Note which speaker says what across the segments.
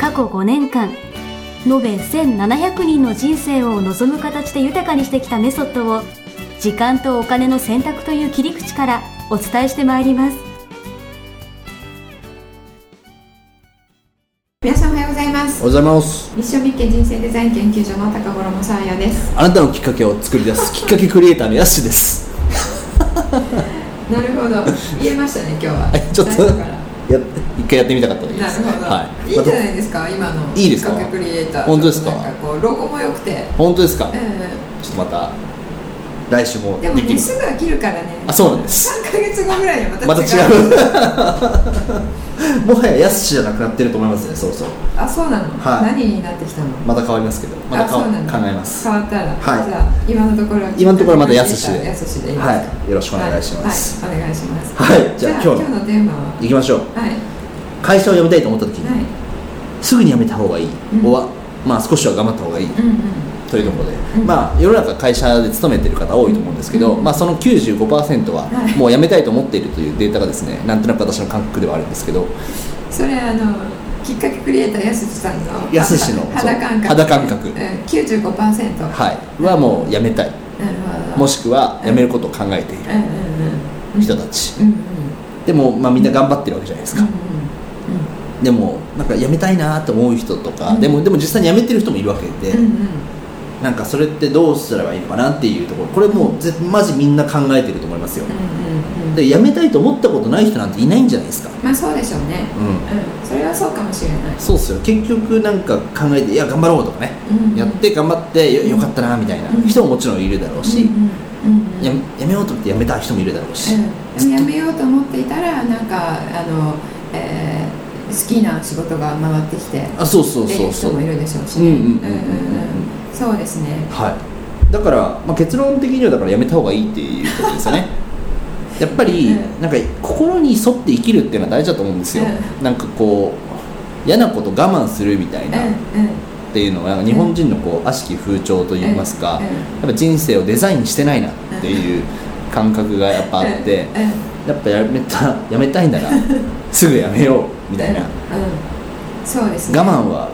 Speaker 1: 過去5年間延べ1700人の人生を望む形で豊かにしてきたメソッドを時間とお金の選択という切り口からお伝えしてまいります
Speaker 2: 皆さんおはようございます
Speaker 3: おはようございます
Speaker 2: ミッションミッケ人生デザイン研究所の高頃もさあやです
Speaker 3: あなたのきっかけを作り 出すきっかけクリエイターのヤッシーです
Speaker 2: なるほど言えましたね今日 は
Speaker 3: はいちょっと
Speaker 2: 最初から
Speaker 3: や一回やってみたかったです
Speaker 2: なるほど、、
Speaker 3: はいい
Speaker 2: いじゃないですか今の
Speaker 3: いいですか
Speaker 2: 企画クリエイター
Speaker 3: 本当ですか
Speaker 2: なんかこうロゴも良くて
Speaker 3: 本当ですか、
Speaker 2: う
Speaker 3: ちょっとまた来週も
Speaker 2: んで
Speaker 3: で
Speaker 2: も
Speaker 3: き
Speaker 2: ね
Speaker 3: る
Speaker 2: すぐ飽きるからね
Speaker 3: あそうなんです
Speaker 2: 3ヶ月後ぐらいにまた違う
Speaker 3: また違う もはやヤッシーじゃなくなってると思いますねそうそう
Speaker 2: あそうなの、
Speaker 3: はい
Speaker 2: 何になってきたの
Speaker 3: また変わりますけどま
Speaker 2: あ
Speaker 3: たか
Speaker 2: そう
Speaker 3: 考
Speaker 2: なんだ
Speaker 3: えます
Speaker 2: 変わったら、
Speaker 3: はい
Speaker 2: じゃあ今のところは
Speaker 3: 今のところまだやすしで
Speaker 2: やすしでいいですか
Speaker 3: はいよろしくお願いします、
Speaker 2: はい、はいお願いします
Speaker 3: はいじゃあ今日の
Speaker 2: 今日のテーマは
Speaker 3: 行きましょう
Speaker 2: はい
Speaker 3: 会社を辞めたいと思った時に、
Speaker 2: はい
Speaker 3: すぐに辞めた方がいい、
Speaker 2: うん
Speaker 3: おわまあ少しは頑張った方がいい、
Speaker 2: うんうん
Speaker 3: というところで、
Speaker 2: ん
Speaker 3: まあ世の中会社で勤めてる方多いと思うんですけど、
Speaker 2: うん
Speaker 3: まあその95%は
Speaker 2: はい
Speaker 3: もう辞めたいと思っているというデータがですね、なんとなく私の感覚ではあるんですけど、
Speaker 2: それあのきっかけクリエイターやすしさんの
Speaker 3: やすしの
Speaker 2: あ肌感覚
Speaker 3: そう肌感覚
Speaker 2: うん、95%
Speaker 3: はい、はもう辞めたい、
Speaker 2: なるほど
Speaker 3: もしくは辞めることを考えてい
Speaker 2: うんうんうん
Speaker 3: る人たち。
Speaker 2: うんうん
Speaker 3: でもまあみんな頑張ってるわけじゃないです
Speaker 2: うん
Speaker 3: か。でもなんか辞めたいなと思う人とか、でもでも実際に辞めてる人もいるわけで、
Speaker 2: うんうんうん
Speaker 3: なんかそれってどうすればいいのかなっていうところ、これもうぜマジみんな考えてると思いますよ。
Speaker 2: うんうんうん
Speaker 3: で辞めたいと思ったことない人なんていないんじゃないですか。
Speaker 2: まあそうでしょうね
Speaker 3: うん。
Speaker 2: うんそれはそうかもしれない
Speaker 3: そうっすよ結局なんか考えていや頑張ろうとかね、
Speaker 2: うんうん
Speaker 3: やって頑張ってよよかったなみたいな
Speaker 2: うん
Speaker 3: 人ももちろんいるだろうし、
Speaker 2: うんうんうんうん
Speaker 3: ややめようと思ってやめた人もいるだろうし、
Speaker 2: うん、でもやめようと思っていたらなんかあの、えー好きな仕事が回ってきて
Speaker 3: あそうそう
Speaker 2: ってい
Speaker 3: そううそ
Speaker 2: 人
Speaker 3: う
Speaker 2: もいるでしょうし
Speaker 3: うん
Speaker 2: ね
Speaker 3: うんうんうんう
Speaker 2: う
Speaker 3: ん
Speaker 2: んそうですね
Speaker 3: はいだから、まあ、結論的にはだからやめた方がいいっていうことです よねやっぱり、
Speaker 2: う
Speaker 3: なんか心に沿って生きるっていうのは大事だと思うんですよ、なんかこう嫌なこと我慢するみたいな、っ
Speaker 2: うんうん
Speaker 3: ていうのは日本人のこう悪しき風潮といいます
Speaker 2: うん
Speaker 3: か、
Speaker 2: うん
Speaker 3: やっぱ人生をデザインしてないなっていう感覚がやっぱあって、
Speaker 2: うんうん
Speaker 3: やっぱやめたやめたいな らすぐやめようみたい
Speaker 2: うん
Speaker 3: な我
Speaker 2: そうですね
Speaker 3: 慢は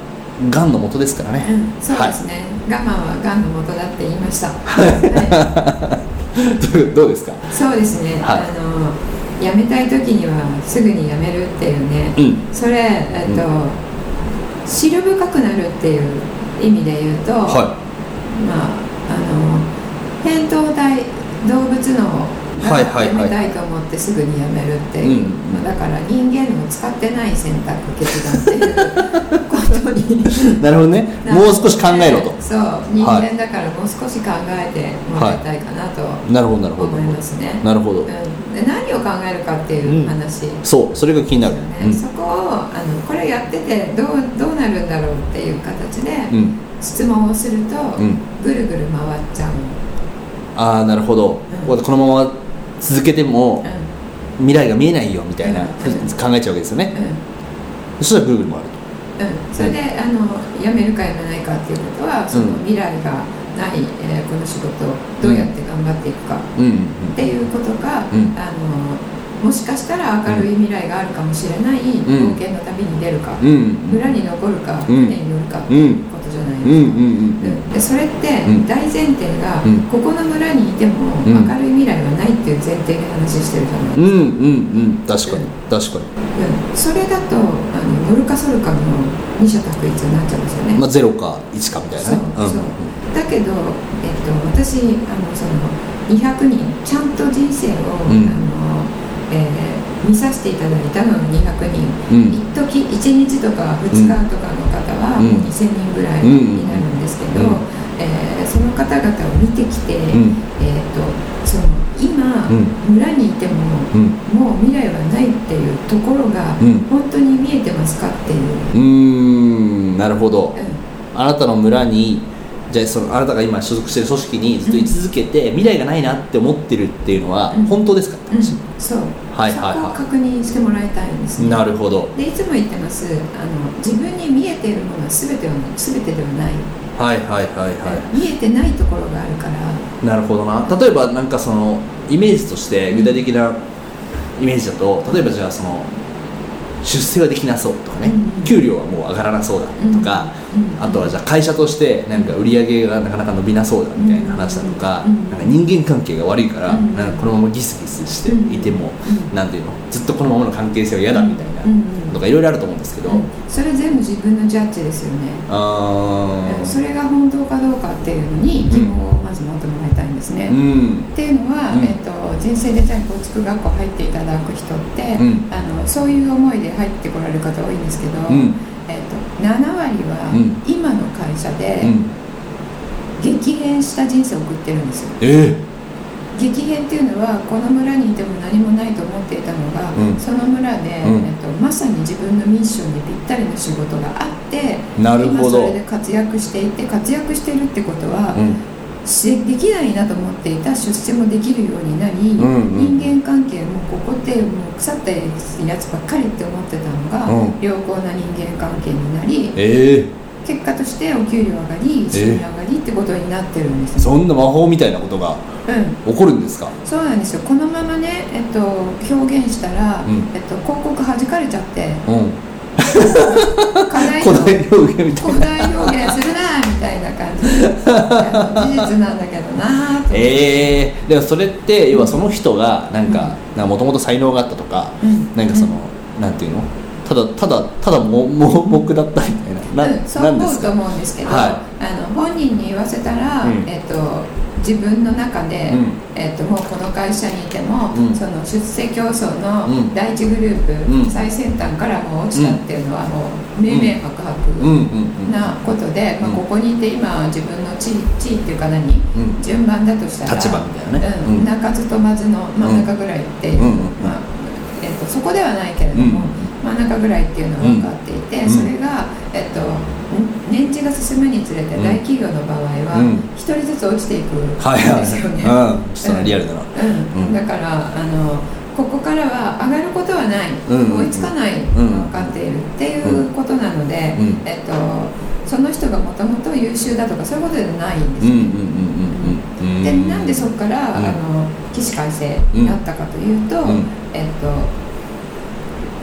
Speaker 3: がんのもとですから
Speaker 2: う
Speaker 3: ね、
Speaker 2: ん、そうですね、我慢はがんの元だって言いました、は
Speaker 3: どうどうですか
Speaker 2: いそうですね、
Speaker 3: はい
Speaker 2: あの辞めたい時にはすぐに辞めるっていうね、
Speaker 3: うん
Speaker 2: それ、えっと知る深くなるっていう意味で言うと、
Speaker 3: は
Speaker 2: まあ、あの扁桃体動物の
Speaker 3: はいはいはい
Speaker 2: やめたいと思ってすぐにやめるっていう、
Speaker 3: うんうん
Speaker 2: まあだから人間の使ってない選択決断っていうことに
Speaker 3: いなるほどねもう少し考えろと
Speaker 2: そう人間だからもう少し考えてもらいたいかなと
Speaker 3: なるほどなるほど
Speaker 2: 思いますね、
Speaker 3: なるほ
Speaker 2: う
Speaker 3: ど
Speaker 2: ん、で何を考えるかっていう話、
Speaker 3: そうそれが気になる
Speaker 2: ねそこをあのこれやっててどうどうなるんだろうっていう形で
Speaker 3: うん、うん、
Speaker 2: 質問をすると、
Speaker 3: うん
Speaker 2: ぐるぐる回っちゃう、
Speaker 3: ああなるほど、
Speaker 2: うん
Speaker 3: このまま続けても
Speaker 2: う
Speaker 3: 未来が見えないよみたいな、
Speaker 2: うん
Speaker 3: 考えちゃうわけですよね、
Speaker 2: んうん
Speaker 3: そしたらぐるぐる回る
Speaker 2: うん、それであの辞めるか辞めないかっていうことはその未来がない、えーこの仕事をどうやって頑張っていくかっ
Speaker 3: とうんうん
Speaker 2: ていうことが、
Speaker 3: うん
Speaker 2: あのもしかしたら明るい未来があるかもしれない
Speaker 3: ん
Speaker 2: 冒険の旅に出るか、
Speaker 3: うん
Speaker 2: 村に残るか、
Speaker 3: うん
Speaker 2: 船に乗るかって
Speaker 3: うんう
Speaker 2: いうんことじゃないです
Speaker 3: う
Speaker 2: か。
Speaker 3: んうんう
Speaker 2: う
Speaker 3: ん
Speaker 2: んでそれって
Speaker 3: うん
Speaker 2: 大前提が、
Speaker 3: うん
Speaker 2: ここの村にいても
Speaker 3: う
Speaker 2: 明
Speaker 3: ん
Speaker 2: るい未来はないっていう前提で話してるじゃない、
Speaker 3: う
Speaker 2: うん
Speaker 3: んうんうん確かに確か
Speaker 2: それだとあの乗るかそるかの二者択一になっちゃうんですよね、
Speaker 3: に、まあ、0か1かみたいな
Speaker 2: そうそ
Speaker 3: ね
Speaker 2: うだけど、えっと、私あのその200人ちゃんと人生を、
Speaker 3: うん
Speaker 2: あのえー見させていただいたのが200人
Speaker 3: うんうん
Speaker 2: 一時1日とか2日とかの方は
Speaker 3: うん
Speaker 2: 2000人ぐらいになるんですけど、
Speaker 3: うん
Speaker 2: えーその方々を見てきて、
Speaker 3: うん
Speaker 2: えー、とその今
Speaker 3: う
Speaker 2: 村にいても
Speaker 3: うん
Speaker 2: もう未来はないっていうところが
Speaker 3: うん
Speaker 2: 本当に見えてますかっていう、
Speaker 3: うーんなるほど
Speaker 2: う
Speaker 3: あなたの村にじゃあそのあなたが今所属してる組織にずっと居続けて、未来がないなって思ってるっていうのは
Speaker 2: うん
Speaker 3: 本当ですか、
Speaker 2: んうんそう、
Speaker 3: はいはいはい
Speaker 2: そこを確認してもらいたいんですね
Speaker 3: なるほど
Speaker 2: でいつも言ってますあの自分に見えているものは全ては全てではない、
Speaker 3: はいはいはいは
Speaker 2: 見えてないところがあるから
Speaker 3: いなるほどな例えばなんかそのイメージとして具体的なイメージだと例えばじゃあその出世はできなそうとかね、
Speaker 2: うん
Speaker 3: 給料はもう上がらなそうだとか、
Speaker 2: うんうん
Speaker 3: あとはじゃあ会社としてなんか売り上げがなかなか伸びなそうだみたいな話だとか,、
Speaker 2: うん
Speaker 3: なんか人間関係が悪いから、
Speaker 2: うん
Speaker 3: なんかこのままギスギスしていても、
Speaker 2: うん
Speaker 3: なんていうのずっとこのままの関係性は嫌だみたいな
Speaker 2: うんうん
Speaker 3: とかいろいろあると思うんですけど、
Speaker 2: うんそれ全部自分のジャッジですよね、
Speaker 3: あー
Speaker 2: それが本当かどうかっていうのに疑問をまず持ってもらいたいんですね、
Speaker 3: うん
Speaker 2: っていうのは、
Speaker 3: うん
Speaker 2: えっと、人生デザイン構築学校入っていただく人って、
Speaker 3: うん
Speaker 2: あのそういう思いで入ってこられる方多いんですけど、
Speaker 3: うん
Speaker 2: えっと、7割
Speaker 3: うん
Speaker 2: は今の会社で
Speaker 3: うん
Speaker 2: 激変した人生を送ってるんですよ
Speaker 3: え
Speaker 2: 激変っていうのはこの村にいても何もないと思っていたのが、
Speaker 3: うん
Speaker 2: その村で、
Speaker 3: うん
Speaker 2: えっと、まさに自分のミッションにぴったりの仕事があって
Speaker 3: なるほ
Speaker 2: 今
Speaker 3: ど
Speaker 2: それで活躍していて活躍してるってことは、
Speaker 3: うん
Speaker 2: しできないなと思っていた出世もできるようになり、
Speaker 3: んうん
Speaker 2: 人間関係もここってもう腐ったやつばっかりって思ってたのが、
Speaker 3: うん
Speaker 2: 良好な人間関係になり
Speaker 3: ええ
Speaker 2: 結果としてお給料上がり収入上がりってことになってるんですよ、
Speaker 3: そんな魔法みたいなことが
Speaker 2: うん、
Speaker 3: 起こるんですか
Speaker 2: そうなんですよこのままね、えっと、表現したら、
Speaker 3: うん
Speaker 2: えっと、広告弾かれちゃ って
Speaker 3: うん
Speaker 2: 課題の古
Speaker 3: 古代表現みたいな
Speaker 2: 代表現するなみたいな感じ あの事実なんだけどなと、
Speaker 3: ええでもそれって要はその人がなんかもともと才能があったとか、
Speaker 2: うん
Speaker 3: なんかその、なんていうのただただただも盲目だったみたいなな,、
Speaker 2: うん、そう
Speaker 3: なんで
Speaker 2: 思う
Speaker 3: す
Speaker 2: と
Speaker 3: か
Speaker 2: 思うんですけど、
Speaker 3: は
Speaker 2: あの本人に言わせたら、
Speaker 3: うん
Speaker 2: えっと、自分の中で、
Speaker 3: うん
Speaker 2: えっと、もうこの会社にいても、
Speaker 3: うん
Speaker 2: その出世競争
Speaker 3: うん
Speaker 2: の第一グループ、
Speaker 3: うん
Speaker 2: 最先端からもう落ちたっていうのはもう明々白
Speaker 3: うん
Speaker 2: 々
Speaker 3: うんうん
Speaker 2: なことで、まあ、
Speaker 3: うん
Speaker 2: ここにいて今自分の地位地位っていうか何、
Speaker 3: うん
Speaker 2: 順番だとしたら
Speaker 3: 立場みたいなね
Speaker 2: うん
Speaker 3: うん
Speaker 2: 鳴かず飛ばずの真ん中ぐらいっていう、
Speaker 3: うんうん
Speaker 2: まあえっとそこではないけれど
Speaker 3: うん
Speaker 2: も、真ん中ぐらいっていうのは分かっていて、
Speaker 3: うん
Speaker 2: それが、えっと、年次が進むにつれて
Speaker 3: うん
Speaker 2: 大企業の場合
Speaker 3: うん
Speaker 2: は一人ずつ落ちていくんです
Speaker 3: はい
Speaker 2: よね。
Speaker 3: はい、うん、ちょっとリアルだな、
Speaker 2: うん
Speaker 3: うん
Speaker 2: だからあのここからは上がることはない、
Speaker 3: うん
Speaker 2: 追いつかない、
Speaker 3: ん
Speaker 2: 分かっているっていうことなので、
Speaker 3: うん
Speaker 2: えっと、その人がもともと優秀だとかそういうことではないんで
Speaker 3: う
Speaker 2: す
Speaker 3: ん
Speaker 2: ね。
Speaker 3: うんうんうんうん
Speaker 2: でなんでそこから、
Speaker 3: うん
Speaker 2: あの起死回生になったかというと、
Speaker 3: うん
Speaker 2: えっと、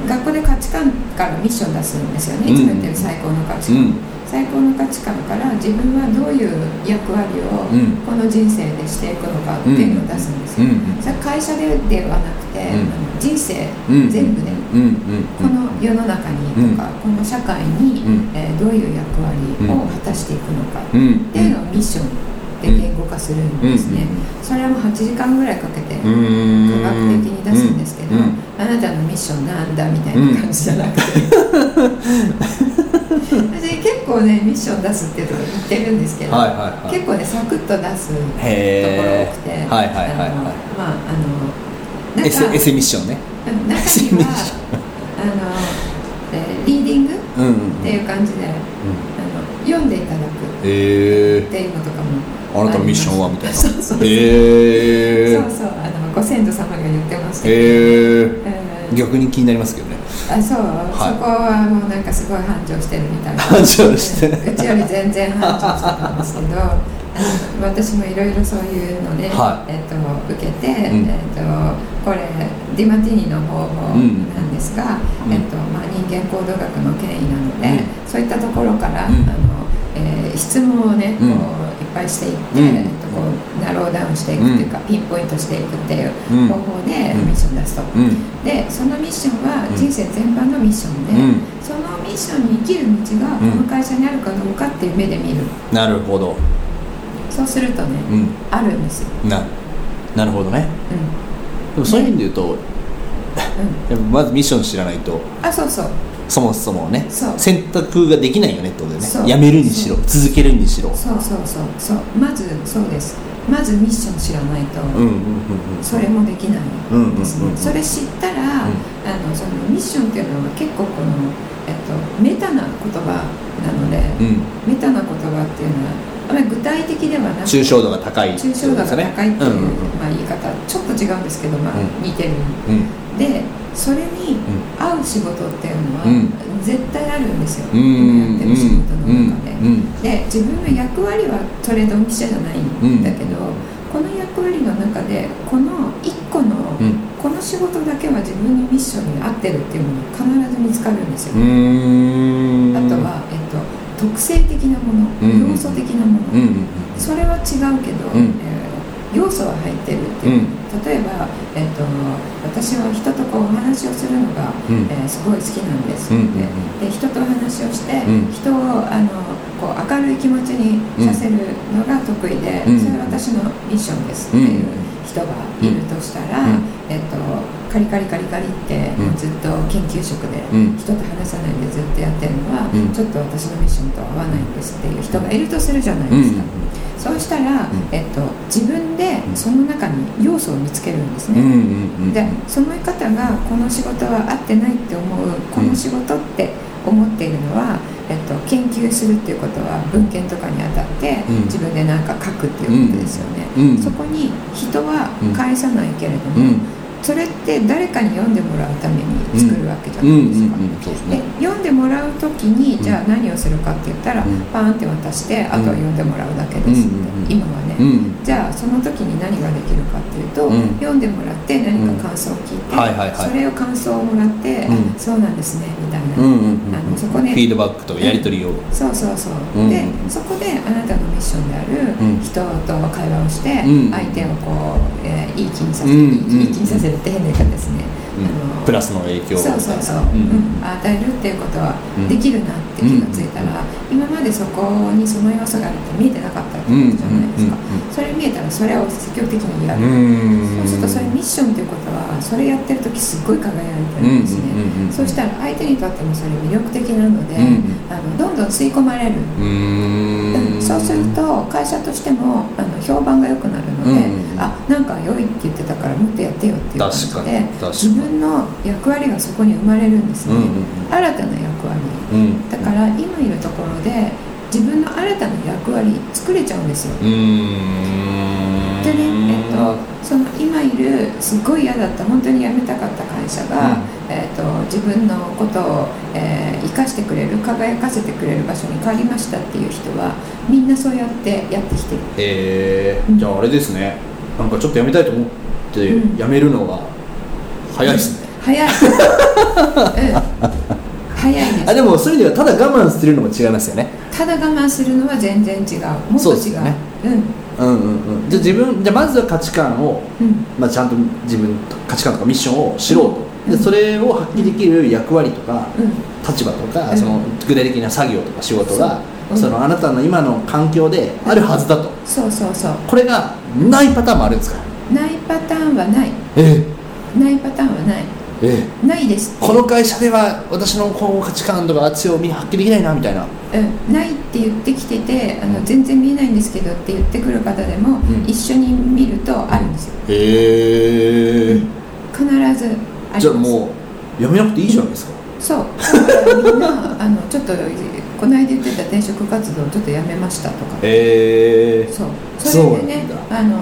Speaker 2: 学校で価値観からミッション出すんですよね、いつも言ってる最高の価値
Speaker 3: う
Speaker 2: 観、
Speaker 3: ん
Speaker 2: 最高の価値観から自分はどういう役割を
Speaker 3: うん
Speaker 2: この人生でしていくのかっていうのを出すんです
Speaker 3: う
Speaker 2: よ、
Speaker 3: んうん
Speaker 2: それは会社でではなくて、
Speaker 3: うん
Speaker 2: あの人生
Speaker 3: うん
Speaker 2: 全部で、
Speaker 3: うんうん
Speaker 2: この世の中にとか、この社会に、
Speaker 3: うん
Speaker 2: えーどういう役割を果たしていくのか、
Speaker 3: うん
Speaker 2: っていうのをミッションで言語化するんですね、それはもう8時間ぐらいかけて
Speaker 3: う
Speaker 2: 科学的
Speaker 3: ん
Speaker 2: に出すんですけど、
Speaker 3: うんうん
Speaker 2: あなたのミッションなんだみたいな感じじゃなくて、私結構ねミッション出すっていうとこ言ってるんですけど、
Speaker 3: はいはいはい
Speaker 2: 結構ねサクッと出すところ多くて、
Speaker 3: へーはいはいはいはい
Speaker 2: あのまああの
Speaker 3: エ
Speaker 2: 中
Speaker 3: セエセミッションね
Speaker 2: うん中にはあの、えーリーディングっ
Speaker 3: うんうん
Speaker 2: ていう感じで、あの読んでいただくっ
Speaker 3: へえ
Speaker 2: ていうのとかも
Speaker 3: あなたのミッションはみたい な
Speaker 2: そうそうそう
Speaker 3: へえ
Speaker 2: そうそうあのご先祖様が言ってました
Speaker 3: へえ
Speaker 2: うん
Speaker 3: 逆に気になりますけどね
Speaker 2: あそう、
Speaker 3: い
Speaker 2: そこはもうなんかすごい繁盛してるみたいな
Speaker 3: 繁盛してる
Speaker 2: うちより全然繁盛してたんですけどあの私もいろいろそういうので、
Speaker 3: は
Speaker 2: えっと受けて、
Speaker 3: うん
Speaker 2: えっとこれディマティーニの方法なんですが、
Speaker 3: うん
Speaker 2: えっとまあ、人間行動学の権威なので、
Speaker 3: う
Speaker 2: そういったところから、あ
Speaker 3: うん
Speaker 2: のえー質問をね、
Speaker 3: うん
Speaker 2: こういっぱいしていって、
Speaker 3: うん
Speaker 2: えっとこうナローダウンしていくっていうか、ピンポイントしていくっていう
Speaker 3: うん
Speaker 2: 方法で
Speaker 3: うん
Speaker 2: ミッション出すと。
Speaker 3: うん
Speaker 2: でそのミッションは
Speaker 3: うん
Speaker 2: 人生全般のミッションで、
Speaker 3: うん
Speaker 2: そのミッションに生きる道がこ
Speaker 3: う
Speaker 2: の
Speaker 3: ん
Speaker 2: 会社にあるかどうかっていう目で見る
Speaker 3: なるほど
Speaker 2: そうするとね、
Speaker 3: うん
Speaker 2: あるんですよ、
Speaker 3: ななるほどね
Speaker 2: うん
Speaker 3: でもそういう意味で言うと
Speaker 2: うん、
Speaker 3: やっぱまずミッション知らないと
Speaker 2: あそうそう
Speaker 3: そもそもね
Speaker 2: そう
Speaker 3: 選択ができないよねってことだよ
Speaker 2: そ
Speaker 3: ね
Speaker 2: う
Speaker 3: やめるにしろ続けるにしろ
Speaker 2: そうそうそうそうまずそうですまずミッション知らないと、
Speaker 3: うんうんうんうん
Speaker 2: それもできない
Speaker 3: うんうんうん
Speaker 2: ですね、それ知ったら、
Speaker 3: うん
Speaker 2: あのそのミッションっていうのは結構この、えっと、メタな言葉なので、
Speaker 3: うん
Speaker 2: メタな言葉っていうのはあまり具体的ではなく
Speaker 3: 抽象度が高いって
Speaker 2: 抽
Speaker 3: こと
Speaker 2: 象度が高いっていう、
Speaker 3: ですねうんうん
Speaker 2: まあ、言い方ちょっと違うんですけど、まあ
Speaker 3: うん
Speaker 2: 似てる
Speaker 3: うん
Speaker 2: でそれに
Speaker 3: う
Speaker 2: 合う仕事っていうのは、
Speaker 3: うん
Speaker 2: 絶対あるんですよ、
Speaker 3: うんう
Speaker 2: 今やっ
Speaker 3: ん
Speaker 2: てる仕事の中で、
Speaker 3: うん
Speaker 2: で自分の役割はトレード記者じゃないんだけど、この役割の中でこの1個の、
Speaker 3: うん
Speaker 2: この仕事だけは自分のミッションに合ってるっていうものが必ず見つかるんですよ、
Speaker 3: うーん
Speaker 2: あとは、えっと、特性的なもの、
Speaker 3: うん
Speaker 2: 要素的なもの、
Speaker 3: うんうん
Speaker 2: それは違うけど、
Speaker 3: うん
Speaker 2: えー要素は入ってるっていう、
Speaker 3: うん
Speaker 2: 例えば、えっと私は人とこうお話をするのが、
Speaker 3: うん
Speaker 2: えーすごい好きなんです
Speaker 3: うん
Speaker 2: の
Speaker 3: うん
Speaker 2: で,、で人とお話をして、
Speaker 3: うん
Speaker 2: 人をあのこう明るい気持ちにさせるのが得意で、
Speaker 3: うん
Speaker 2: それは私のミッションですっていう人がいるとしたら、
Speaker 3: うん
Speaker 2: えっとカリカリカリカリって、
Speaker 3: うん
Speaker 2: ずっと研究職で
Speaker 3: うん
Speaker 2: 人と話さないでずっとやってるのは、
Speaker 3: うん
Speaker 2: ちょっと私のミッションとは合わないんですっていう人がいるとするじゃない
Speaker 3: うんう
Speaker 2: です
Speaker 3: ん
Speaker 2: か、そうしたら、
Speaker 3: ん
Speaker 2: えっと、自分でその中に要素を見つけるんです
Speaker 3: うんうん
Speaker 2: ね、
Speaker 3: うんうん
Speaker 2: でその方がこの仕事は合ってないって思うこの仕事って思っているのは、えっと、研究するっていうことは文献とかに当たって、
Speaker 3: うん
Speaker 2: 自分で何か書くっていうことですよね、
Speaker 3: うんうん
Speaker 2: そこに人は返さないけれども、
Speaker 3: うん
Speaker 2: それって誰かに読んでもらうために作るわけじゃ
Speaker 3: うんう
Speaker 2: なんいですか、
Speaker 3: うんそうです
Speaker 2: で
Speaker 3: ね
Speaker 2: 読んでもらう時に
Speaker 3: うん
Speaker 2: じゃあ何をするかって言ったら、
Speaker 3: うん
Speaker 2: パーンって渡してあとは読んでもらうだけですって、
Speaker 3: うんうんうん
Speaker 2: 今はね、
Speaker 3: うん
Speaker 2: じゃあその時に何ができるかっていうと、
Speaker 3: うん
Speaker 2: 読んでもらって何か感想を聞いて、
Speaker 3: うんはいはいはい
Speaker 2: それを感想をもらって、
Speaker 3: うん
Speaker 2: あそうなんですねみたいな、
Speaker 3: うんうん
Speaker 2: あ
Speaker 3: うん
Speaker 2: のそこで
Speaker 3: フィードバックとかやり取りを
Speaker 2: そうそうそう、
Speaker 3: うん
Speaker 2: でそこであなたのミッションであ
Speaker 3: うん
Speaker 2: る人と会話をして、
Speaker 3: うん
Speaker 2: 相手をこう、えーいい気にさせ
Speaker 3: う
Speaker 2: る、い
Speaker 3: ん
Speaker 2: い気にいい気にさせるって変な言い方ですね、
Speaker 3: うん
Speaker 2: あの
Speaker 3: プラスの影響
Speaker 2: そうそうそう、
Speaker 3: う
Speaker 2: うんん与えるっていうことは
Speaker 3: うん
Speaker 2: できるなって気がついたら、今までそこにその要素があるって見えてなかったってことじゃないですか、
Speaker 3: うんうんうん
Speaker 2: それ見えたらそれを積極的にや
Speaker 3: う
Speaker 2: る、
Speaker 3: ん
Speaker 2: そうするとそれミッションっていうことはそれやってる時すっごい輝いてるんですね、
Speaker 3: うんうんうんうん
Speaker 2: そうしたら相手にとってもそれ魅力的なので、
Speaker 3: うん
Speaker 2: あのどんどん吸い込まれる、
Speaker 3: うーん
Speaker 2: そうすると会社としてもあの評判が良くなるので、
Speaker 3: うん
Speaker 2: あなんか良いって言ってたからもっとやってよっていう感じ
Speaker 3: 確かに
Speaker 2: で
Speaker 3: 確かに
Speaker 2: 自分の役割がそこに生まれるんですね、
Speaker 3: うんうんうん
Speaker 2: 新たな役割
Speaker 3: うん
Speaker 2: だから今いるところで自分の新たな役割作れちゃうんですよ、
Speaker 3: うーん
Speaker 2: でね、えっと、その今いるすごい嫌だった本当に辞めたかった会社が、
Speaker 3: うん
Speaker 2: えっと、自分のことを、えー生かしてくれる輝かせてくれる場所に変わりましたっていう人はみんなそうやってやってきてる
Speaker 3: へ
Speaker 2: う
Speaker 3: え
Speaker 2: ん
Speaker 3: じゃああれですねなんかちょっとやめたいと思って
Speaker 2: うん
Speaker 3: やめるのが早いですね
Speaker 2: 早い、うん、早いです
Speaker 3: あでもそういう意味ではただ我慢するのも違いますよね
Speaker 2: ただ我慢するのは全然違うもっ
Speaker 3: そ
Speaker 2: と
Speaker 3: うです
Speaker 2: 違う
Speaker 3: よねうんうんうんじゃあ自分じゃあまずは価値観を、
Speaker 2: うんうん
Speaker 3: まあ、ちゃんと自分と価値観とかミッションを知ろうとで
Speaker 2: うん
Speaker 3: それを発揮できる役割とか
Speaker 2: うん
Speaker 3: 立場とか、
Speaker 2: うん
Speaker 3: その具体的な作業とか仕事が
Speaker 2: そ
Speaker 3: そ,、
Speaker 2: ううん
Speaker 3: のあなたの今の環境であるはずだと、
Speaker 2: そうそうそう
Speaker 3: これがないパターンもあるんですか
Speaker 2: ないパターンはない
Speaker 3: え
Speaker 2: ないパターンはない
Speaker 3: ええ
Speaker 2: ないです
Speaker 3: この会社では私のこう価値観とか強み発揮できないなみたいな
Speaker 2: うん、ないって言ってきててあ
Speaker 3: う
Speaker 2: の
Speaker 3: ん
Speaker 2: 全然見えないんですけどって言ってくる方でも、
Speaker 3: うん
Speaker 2: 一緒に見るとあるんですよ
Speaker 3: へえ
Speaker 2: 必ずあります
Speaker 3: じゃあもうやめなくていいじゃないですか
Speaker 2: そうだからみんな あのちょっとこの間言ってた転職活動ちょっとやめましたとか
Speaker 3: へえ
Speaker 2: そうそれでね
Speaker 3: そうなん
Speaker 2: あの、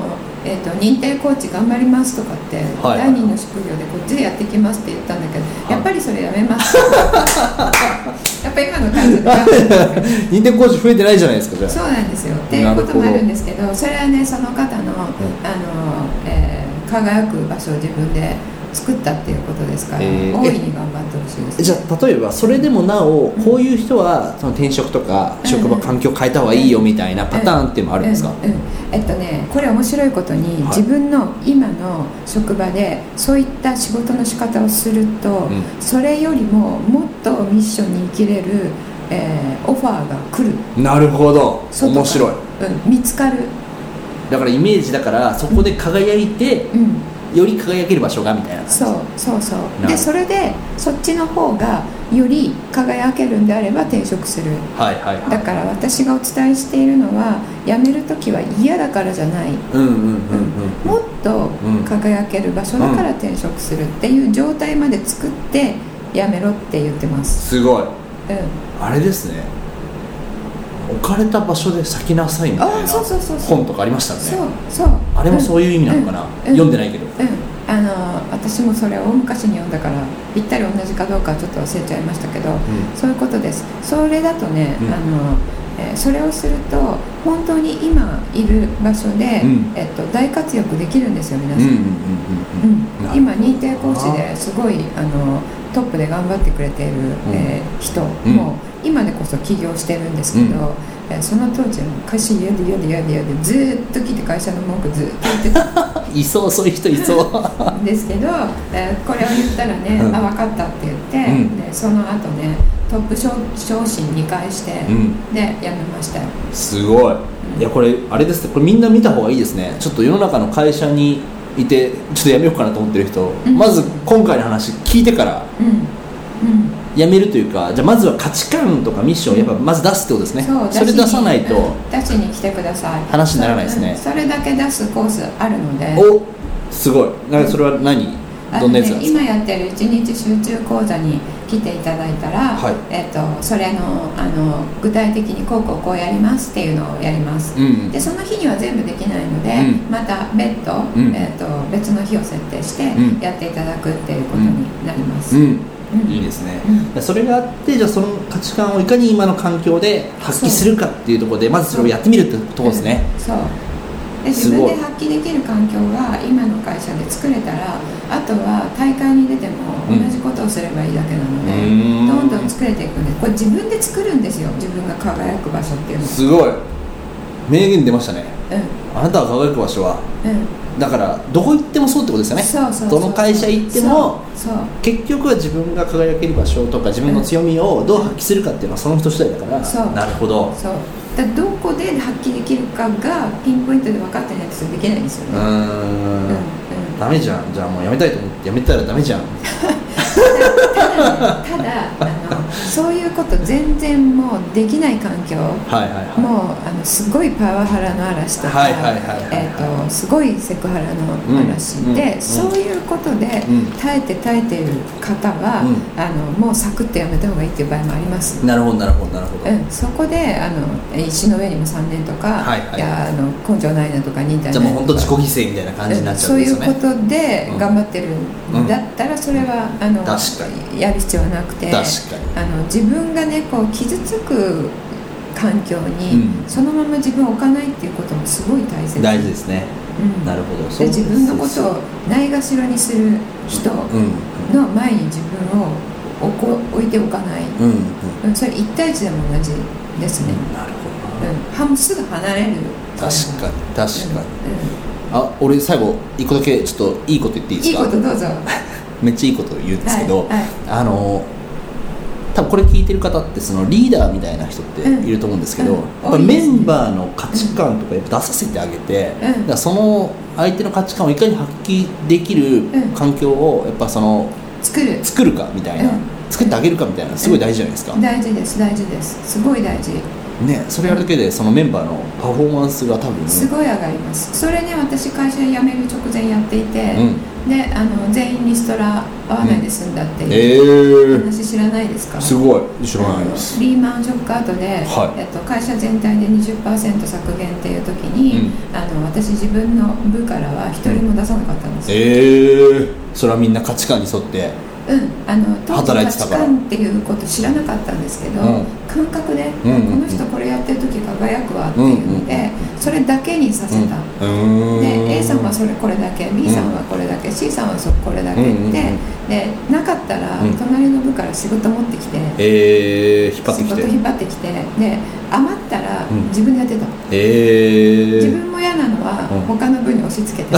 Speaker 2: えー、と認定コーチ頑張りますとかって、
Speaker 3: はい
Speaker 2: 第二の職業でこっちでやってきますって言ったんだけど、
Speaker 3: い
Speaker 2: やっぱりそれやめます やっぱ今の会社で頑張ります
Speaker 3: 認定講師増えてないじゃないですかじゃあ
Speaker 2: そうなんですよ。っていうこともあるんですけど、それはねその方の、あのえー輝く場所を自分で作ったっていうことですから、
Speaker 3: えー
Speaker 2: 大いに頑張ってほしいです、
Speaker 3: じゃあ例えばそれでもなおこういう人はその転職とか
Speaker 2: うん
Speaker 3: 職場環境変えた方がいいよみたいなパターンっていうのもあるんですか
Speaker 2: うんうんえっとねこれ面白いことに、
Speaker 3: はい
Speaker 2: 自分の今の職場でそういった仕事の仕方をすると、
Speaker 3: うん
Speaker 2: それよりももっとミッションに生きれる、えーオファーが来る
Speaker 3: なるほど
Speaker 2: 外から
Speaker 3: 面白い
Speaker 2: うん、見つかる、
Speaker 3: だからイメージだからそこで輝いて
Speaker 2: うん、
Speaker 3: より輝ける場所がみたいな感じ
Speaker 2: そうそうそ
Speaker 3: なるほど
Speaker 2: うでそれでそっちの方がより輝けるんであれば転職する
Speaker 3: はいはいはい
Speaker 2: だから私がお伝えしているのは辞める時は嫌だからじゃない
Speaker 3: うんうんうんうん
Speaker 2: もっと輝ける場所だから転職するっていう状態まで作って辞めろって言ってます、
Speaker 3: すごい
Speaker 2: うん、
Speaker 3: あれですね置かれた場所で咲きなさいみたい
Speaker 2: あ
Speaker 3: な
Speaker 2: そうそうそうそう
Speaker 3: 本とかありました
Speaker 2: そ
Speaker 3: ね
Speaker 2: うそう
Speaker 3: あれもそういう意味なのかな、
Speaker 2: ん
Speaker 3: 読んでないけど、
Speaker 2: うん、あの私もそれを大昔に読んだからぴったり同じかどうかはちょっと忘れちゃいましたけどそういうことですそれだとね、
Speaker 3: うん
Speaker 2: あのえーそれをすると本当に今いる場所で、
Speaker 3: うん
Speaker 2: えっと、大活躍できるんですよ皆
Speaker 3: うん
Speaker 2: さ
Speaker 3: うん
Speaker 2: ん、
Speaker 3: うんうんうん
Speaker 2: うん
Speaker 3: なるほど
Speaker 2: 今認定講師ですごいあのトップで頑張ってくれている、
Speaker 3: ん
Speaker 2: えー人
Speaker 3: うん
Speaker 2: も、今でこそ起業してるんですけど、
Speaker 3: うん
Speaker 2: えーその当時は会社嫌で嫌で嫌で嫌でずーっと聞いて会社の文句ずーっと言ってた
Speaker 3: いそうそういう人いそうは
Speaker 2: ですけど、えーこれを言ったらね、
Speaker 3: うん
Speaker 2: あ分かったって言って、
Speaker 3: うん
Speaker 2: でその後ねトップ昇昇進2回して、
Speaker 3: うん
Speaker 2: で辞めましたよ
Speaker 3: すごいいやこれあれですねこれみんな見た方がいいですねちょっと世の中の会社にいてちょっとやめようかなと思ってる人、
Speaker 2: ん
Speaker 3: まず今回の話聞いてから
Speaker 2: うん、うん
Speaker 3: やめるというかじゃあまずは価値観とかミッションをやっぱまず出すってことですね、
Speaker 2: そう
Speaker 3: それ出さないと、
Speaker 2: うん出しに来てください
Speaker 3: 話にならないですね
Speaker 2: そ,、うん、それだけ出すコースあるので
Speaker 3: おすごいなんかそれは何、
Speaker 2: あ
Speaker 3: ど
Speaker 2: の
Speaker 3: ん
Speaker 2: ね
Speaker 3: なやつなんですか
Speaker 2: 今やってる1日集中講座に来ていただいたら、
Speaker 3: はい
Speaker 2: えっとそれのあの具体的にこうこうこうやりますっていうのをやります、
Speaker 3: うんうん
Speaker 2: でその日には全部できないので、
Speaker 3: う
Speaker 2: また別途、
Speaker 3: うん
Speaker 2: えっと別の日を設定して
Speaker 3: うん
Speaker 2: やっていただくっていうことになります、
Speaker 3: うん
Speaker 2: うん
Speaker 3: いいですね、
Speaker 2: う
Speaker 3: それがあってじゃあその価値観をいかに今の環境で発揮するかっていうところでまずそれをやってみるってところですね、
Speaker 2: そうです自
Speaker 3: ごい
Speaker 2: 分で発揮できる環境が今の会社で作れたらあとは大会に出ても同
Speaker 3: うん
Speaker 2: じことをすればいいだけなので、
Speaker 3: うん
Speaker 2: どんどん作れていくんでこれ自分で作るんですよ自分が輝く場所っていうの
Speaker 3: すごい名言出ましたね
Speaker 2: う
Speaker 3: あなたが輝く場所は
Speaker 2: んうん
Speaker 3: だからどこ行ってもそうってことですよね
Speaker 2: そうそうそう
Speaker 3: どの会社行っても
Speaker 2: そうそう
Speaker 3: 結局は自分が輝ける場所とか自分の強みをどう発揮するかっていうのはその人次第だから、
Speaker 2: そう
Speaker 3: なるほど
Speaker 2: そうだからどこで発揮できるかがピンポイントで分かってないとそれできないんですよ
Speaker 3: う
Speaker 2: ね、
Speaker 3: ーん
Speaker 2: うんうん
Speaker 3: ダメじゃんじゃあもうやめたいと思ってやめたらダメじゃん
Speaker 2: ただあのそういうこと全然もうできない環境
Speaker 3: はいはいはい
Speaker 2: もうあのすごいパワハラの嵐とか、
Speaker 3: はいはいはいはい
Speaker 2: えー、とすごいセクハラの嵐
Speaker 3: うん
Speaker 2: で、
Speaker 3: うん
Speaker 2: そういうことで
Speaker 3: うん
Speaker 2: 耐えて耐えている方は、
Speaker 3: う
Speaker 2: あのもうサクッとやめた方がいいっていう場合もあります。
Speaker 3: なるほどなるほどなるほど、
Speaker 2: うん、そこであの石の上にも3年とか、
Speaker 3: はいはい
Speaker 2: やあの根性ないなとか忍耐ないと
Speaker 3: じゃあ
Speaker 2: か
Speaker 3: もう本当自己犠牲みたいな感じになっちゃうん
Speaker 2: うん
Speaker 3: ですよ
Speaker 2: そういう
Speaker 3: ね
Speaker 2: ことで
Speaker 3: うん
Speaker 2: 頑張ってるんだったらそれは、あの
Speaker 3: 確かに
Speaker 2: やる必要はなくて
Speaker 3: 確か
Speaker 2: あの自分がねこう傷つく環境に、
Speaker 3: うん
Speaker 2: そのまま自分を置かないっていうこともすごい大切
Speaker 3: に大事ですね
Speaker 2: うん
Speaker 3: なるほど
Speaker 2: で自分のことをないがしろにする人
Speaker 3: うん
Speaker 2: の前に自分を置こ置いておかない、
Speaker 3: うんうん
Speaker 2: うん、それ1対1でも同じですね、
Speaker 3: なるほ
Speaker 2: うん、はもうすぐ離れる
Speaker 3: ど確かに確かに、
Speaker 2: に、
Speaker 3: あ俺最後一個だけちょっといいこと言っていい
Speaker 2: うん
Speaker 3: で
Speaker 2: い
Speaker 3: す
Speaker 2: い
Speaker 3: か
Speaker 2: ことどうぞ
Speaker 3: めっちゃいいこと言うんですけど、
Speaker 2: はいはい
Speaker 3: あの多分これ聞いてる方ってそのリーダーみたいな人って
Speaker 2: うん
Speaker 3: いると思うんですけど、
Speaker 2: うん
Speaker 3: やっぱ
Speaker 2: 多いで
Speaker 3: メ
Speaker 2: すね
Speaker 3: ンバーの価値観とかやっぱ出させてあげて、
Speaker 2: うん
Speaker 3: だからその相手の価値観をいかに発揮できる
Speaker 2: うん
Speaker 3: 環境をやっぱその
Speaker 2: 作る
Speaker 3: 作るかみたいな、
Speaker 2: うん
Speaker 3: 作ってあげるかみたいなすごい大事じゃないですか、
Speaker 2: 大事です大事ですすごい大事
Speaker 3: ねそれやるだけでそのメンバーのパフォーマンスが多分
Speaker 2: すごい上がりますそれね私会社辞める直前やっていて、
Speaker 3: うん
Speaker 2: であの全員リストラ合わないで済んだっていう
Speaker 3: えー、
Speaker 2: 話知らないですか、
Speaker 3: すごい知らないです
Speaker 2: あのリーマンショック後で、
Speaker 3: はい
Speaker 2: えっと、会社全体で20%削減っていう時に、あの私自分の部からは一人も出さなかったんですよ、
Speaker 3: えー、それはみんな価値観に沿って
Speaker 2: うん、あの当時
Speaker 3: 働
Speaker 2: 価
Speaker 3: いてた
Speaker 2: 値
Speaker 3: から
Speaker 2: 観っていうこと知らなかったんですけど、
Speaker 3: うん
Speaker 2: 感覚で、
Speaker 3: うんうんうん
Speaker 2: この人これやってる時輝くわっていうので、
Speaker 3: うんうん
Speaker 2: それだけにさせた、
Speaker 3: うんう
Speaker 2: で
Speaker 3: ーん
Speaker 2: A さんはそれこれだけ B さんはこれだけ、C さんはそこれだけって、
Speaker 3: うんうんうん
Speaker 2: でなかったら
Speaker 3: うん
Speaker 2: 隣の部から仕事持ってきて、
Speaker 3: えー、引っ張っ
Speaker 2: 仕
Speaker 3: てき
Speaker 2: 事
Speaker 3: て
Speaker 2: 引っ張ってきてで余ったら
Speaker 3: うん
Speaker 2: 自分でやってた、
Speaker 3: え
Speaker 2: 自
Speaker 3: ー、
Speaker 2: 分も嫌なのは
Speaker 3: うん
Speaker 2: 他の部に押し付け て、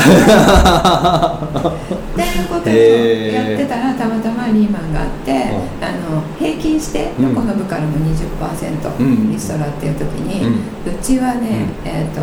Speaker 2: っていうことを
Speaker 3: へー
Speaker 2: やってたらたまたまリーマンがあって、
Speaker 3: う
Speaker 2: あの平均して
Speaker 3: うん
Speaker 2: 横の部からも
Speaker 3: うん
Speaker 2: 20%リストラっていう時に、うちはね、えっ、と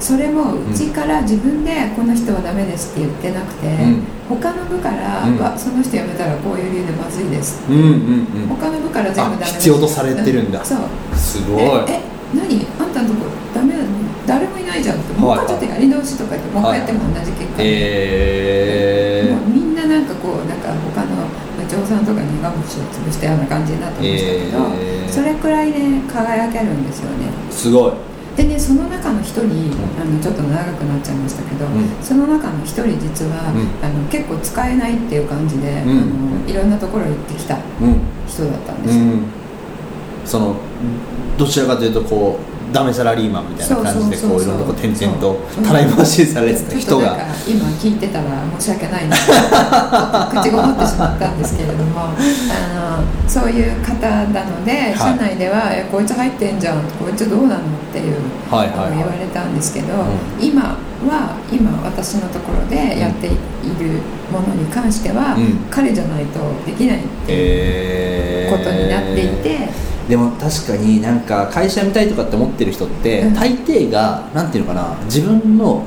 Speaker 2: それもうちから自分でこの人はダメですって言ってなくて、
Speaker 3: ん
Speaker 2: 他の部から、
Speaker 3: うん
Speaker 2: わその人辞めたらこういう理由でまずいです、
Speaker 3: うんうん
Speaker 2: 他の部から全部ダメです
Speaker 3: あ必要とされてるんだ
Speaker 2: うそう
Speaker 3: うんすごい
Speaker 2: ええ何あんたのとこダメなの誰もいないじゃんって
Speaker 3: はい
Speaker 2: もう一回ちょっとやり直しとか言ってもう一回やっても同じ結果、
Speaker 3: え
Speaker 2: もうみんななんかこうなんか他の部長さんとかにガムシを潰したような感じになってましたけど、
Speaker 3: えー
Speaker 2: それくらいで輝けるんですよね
Speaker 3: ー、すごい
Speaker 2: でねその中の一人
Speaker 3: ん
Speaker 2: あのちょっと長くなっちゃいましたけど、
Speaker 3: うん
Speaker 2: その中の一人実は、
Speaker 3: うん
Speaker 2: あの結構使えないっていう感じで、
Speaker 3: ん
Speaker 2: あのいろんなところ行ってきた
Speaker 3: うん
Speaker 2: 人だったんで
Speaker 3: う
Speaker 2: すよ、
Speaker 3: んそのどちらかというとこうダメサラリーマンみたいな感じで
Speaker 2: そう
Speaker 3: こ
Speaker 2: そうう
Speaker 3: い
Speaker 2: そう
Speaker 3: ろんなとこ転々と
Speaker 2: そう
Speaker 3: たらい回しにされてた
Speaker 2: ちょ
Speaker 3: 人
Speaker 2: っとなんか
Speaker 3: が
Speaker 2: 今聞いてたら申し訳ないな口ごもってしまったんですけれどもあのそういう方なので、
Speaker 3: い
Speaker 2: 社内では「えこいつ入ってんじゃんこいつどうなの?」っていう
Speaker 3: はい
Speaker 2: あ
Speaker 3: はい
Speaker 2: の言わ
Speaker 3: は
Speaker 2: れたんですけど、
Speaker 3: う
Speaker 2: 今は今私のところでやっているものに関しては、
Speaker 3: うん
Speaker 2: 彼じゃないとできない
Speaker 3: いえ
Speaker 2: ことになっていて、
Speaker 3: でも確かになんか会社辞めたいとかって思ってる人って、
Speaker 2: うん
Speaker 3: 大抵がなんていうのかな自分の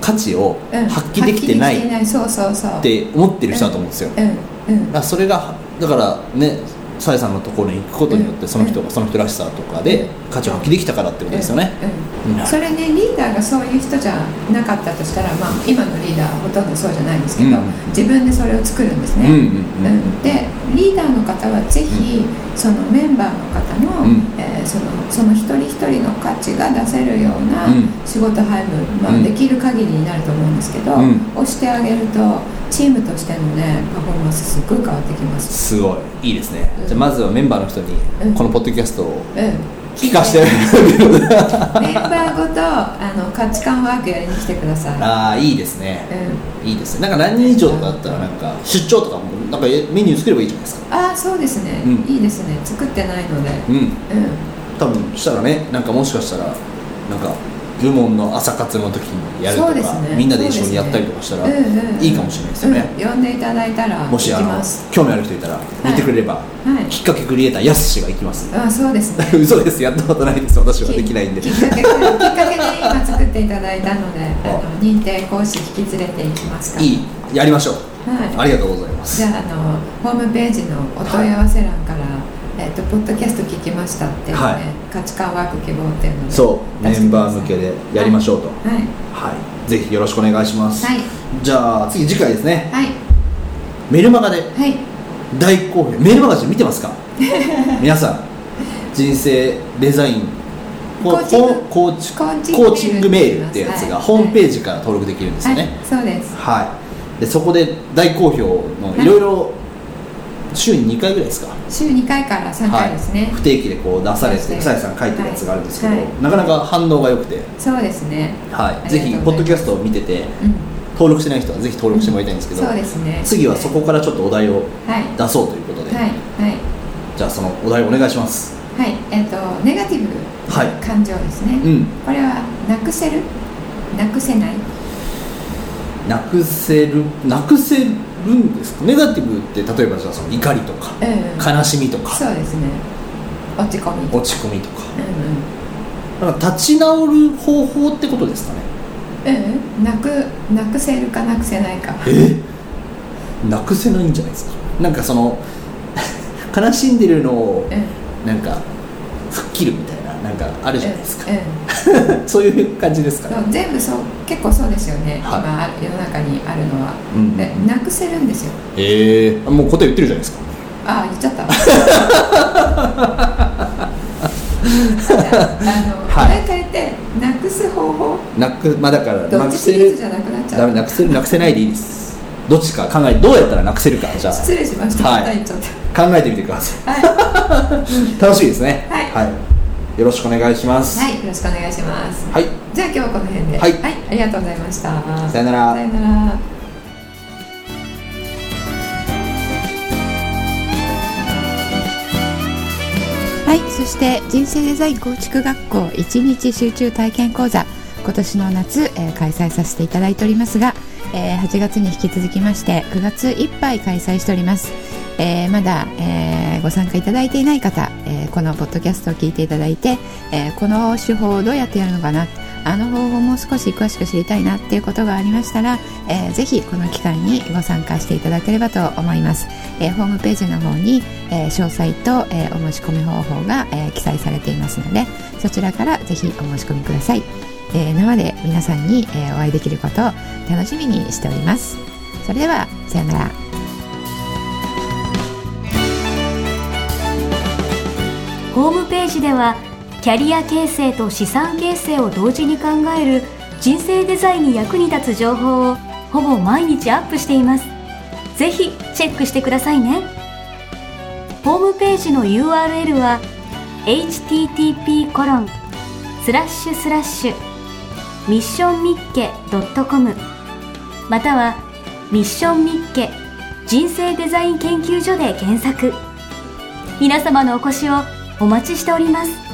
Speaker 3: 価値を
Speaker 2: うん
Speaker 3: 発揮できてない
Speaker 2: 発揮でき
Speaker 3: っ
Speaker 2: ないそうそうそう
Speaker 3: て思ってる人だと思うんですよ、だ
Speaker 2: うんうん
Speaker 3: からそれがだからねさやさんのところに行くことによって
Speaker 2: うん
Speaker 3: その人がその人らしさとかで価値を発揮できたからってことですよね、
Speaker 2: うんうん
Speaker 3: うん
Speaker 2: それねリーダーがそういう人じゃなかったとしたら、まあ、今のリーダーはほとんどそうじゃないんですけど、
Speaker 3: うん
Speaker 2: 自分でそれを作るんです
Speaker 3: うん
Speaker 2: ね、
Speaker 3: うんうん
Speaker 2: うんでリーダーの方はぜひ、そのメンバーの方の,、
Speaker 3: うん
Speaker 2: えーそのその一人一人の価値が出せるような
Speaker 3: うん
Speaker 2: 仕事配分、ま
Speaker 3: う
Speaker 2: あ、
Speaker 3: ん
Speaker 2: できる限りになると思うんですけど、
Speaker 3: うん
Speaker 2: 押してあげるとチームとしてのねパフォーマンスすっごい変わってきます。
Speaker 3: すごいいいですね、
Speaker 2: うん
Speaker 3: じゃあまずはメンバーの人に
Speaker 2: うん
Speaker 3: このポッドキャストを
Speaker 2: うん
Speaker 3: 聞かせて
Speaker 2: メ
Speaker 3: あげる、
Speaker 2: ンバーごとあの価値観ワークやりに来てください。
Speaker 3: ああいいですね
Speaker 2: うん
Speaker 3: いいですねなんか何人以上とかだったらなんか出張とかもなんかメニュー作ればいいじゃないですか
Speaker 2: ああそうですね、
Speaker 3: うん
Speaker 2: いいですね作ってないので
Speaker 3: うん
Speaker 2: うん
Speaker 3: 多分したらねなんかもしかしたらなんか部門の朝活の時にやると
Speaker 2: そうで
Speaker 3: か、
Speaker 2: すね
Speaker 3: みんなで一緒にやったりとかしたら、
Speaker 2: そうですねうんうんうん
Speaker 3: いいかもしれないですよね、
Speaker 2: うん、呼んでいただいたら
Speaker 3: もし
Speaker 2: 行
Speaker 3: あ
Speaker 2: き
Speaker 3: の
Speaker 2: ます
Speaker 3: 興味ある人いたら言ってくれれば、
Speaker 2: はい
Speaker 3: きっかけクリエイターやすしが行きます、
Speaker 2: あそうですね
Speaker 3: 嘘ですやったことないです私はできない んで
Speaker 2: きっかけきっかけで今作っていただいたのであ
Speaker 3: あ
Speaker 2: の認定講師引き連れていきますから
Speaker 3: いいやりましょう
Speaker 2: は
Speaker 3: ありがとうございま
Speaker 2: い、じ
Speaker 3: す
Speaker 2: ゃああのホームページのお問い合わせ欄から、えっとポッドキャスト聞きましたっていうね、
Speaker 3: はい
Speaker 2: 価値観ワーク希望っていうので
Speaker 3: そう
Speaker 2: 出
Speaker 3: メ
Speaker 2: して
Speaker 3: ン
Speaker 2: くだ
Speaker 3: バ
Speaker 2: さ
Speaker 3: ー
Speaker 2: い
Speaker 3: 向けでやりましょうと
Speaker 2: はい
Speaker 3: はい、ぜひよろしくお願いします、
Speaker 2: はい
Speaker 3: じゃあ次次回ですね
Speaker 2: はい
Speaker 3: メルマガで
Speaker 2: はい、
Speaker 3: 大好評メールマガジン見てますか 皆さん人生デザインこ
Speaker 2: コ
Speaker 3: う
Speaker 2: ーチング
Speaker 3: コーチ
Speaker 2: コーチング
Speaker 3: コーチングメールっていうやつが
Speaker 2: はい
Speaker 3: ホームページから登録できるんですよ
Speaker 2: はい
Speaker 3: ね、
Speaker 2: そうです
Speaker 3: はい、でそこで大好評の
Speaker 2: はい
Speaker 3: いろいろ週に2回ぐらいですか、
Speaker 2: 週2回から3回ですね、
Speaker 3: 不定期でこう出され
Speaker 2: 出
Speaker 3: て
Speaker 2: して
Speaker 3: さやさんが書いてるやつがあるんですけど、
Speaker 2: はい
Speaker 3: なかなか反応が良くて、
Speaker 2: そうですね
Speaker 3: は
Speaker 2: ありがとうございま
Speaker 3: い、
Speaker 2: す
Speaker 3: ぜひポッドキャストを見てて
Speaker 2: うん
Speaker 3: 登録してない人はぜひ登録してもらいたいんですけど、
Speaker 2: そうですね
Speaker 3: 次はそこからちょっとお題を
Speaker 2: はい
Speaker 3: 出そうということで、
Speaker 2: はいはい
Speaker 3: じゃあそのお題お願いします
Speaker 2: はいえっ、とネガティブ
Speaker 3: はい
Speaker 2: 感情ですね、
Speaker 3: うん
Speaker 2: これはなくせるなくせない
Speaker 3: なくせるなくせるんですかネガティブって例えばじゃあその怒りとか
Speaker 2: うん
Speaker 3: 悲しみとか
Speaker 2: そうですね落ち込み
Speaker 3: 落ち込みとか
Speaker 2: うん
Speaker 3: なんか立ち直る方法ってことですかね
Speaker 2: うんうんうんなくなくせるかなくせないか
Speaker 3: なくせないんじゃないですかなんかその 悲しんでるのを
Speaker 2: うん
Speaker 3: なんか吹っ切るみたいななんかあるじゃないですか
Speaker 2: うんうん
Speaker 3: そういう感じですかね
Speaker 2: そう全部そう結構そうですよね、
Speaker 3: はい
Speaker 2: 今あ世の中にあるのは、
Speaker 3: うん
Speaker 2: でなくせるんですよ
Speaker 3: ええもう答え言ってるじゃないですか
Speaker 2: ああ言っちゃ った。そうだあの、
Speaker 3: はい
Speaker 2: これ変えてなくす方法
Speaker 3: なくまあだから
Speaker 2: ど
Speaker 3: な
Speaker 2: っ
Speaker 3: く
Speaker 2: ちシ
Speaker 3: せ
Speaker 2: リー
Speaker 3: る
Speaker 2: ズじゃなくなっちゃ
Speaker 3: ダ
Speaker 2: う
Speaker 3: メなくせるなくせないでいいですどっちか考えどうやったらなくせるかじゃあ
Speaker 2: 失礼しました、
Speaker 3: はい
Speaker 2: また言っちゃっ
Speaker 3: 考えてみてください
Speaker 2: たは
Speaker 3: 楽しみですね
Speaker 2: はい
Speaker 3: よろしくお願いします
Speaker 2: い、はい、よろしくお願いします
Speaker 3: はい、
Speaker 2: じゃあ今日はこの辺で
Speaker 3: はい
Speaker 2: ありがとうございました
Speaker 3: さよなら
Speaker 2: さよならはい、そして人生デザイン構築学校1日集中体験講座今年の夏、えー開催させていただいておりますが、えー8月に引き続きまして9月いっぱい開催しております、えーまだ、えーご参加いただいていない方、えーこのポッドキャストを聞いていただいて、えーこの手法をどうやってやるのかな
Speaker 4: あの方法をもう少し詳しく知りたいなっていうことがありましたら、えーぜひこの機会にご参加していただければと思います、えーホームページの方に、えー詳細と、えーお申し込み方法が、えー記載されていますのでそちらからぜひお申し込みください、えー生で皆さんに、えーお会いできることを楽しみにしておりますそれではさようなら
Speaker 1: ホームページではキャリア形成と資産形成を同時に考える人生デザインに役に立つ情報をほぼ毎日アップしていますぜひチェックしてくださいねホームページの URL は http コロンスラッシュスラッシュミッションミッケ .com またはミッションミッケ人生デザイン研究所で検索皆様のお越しをお待ちしております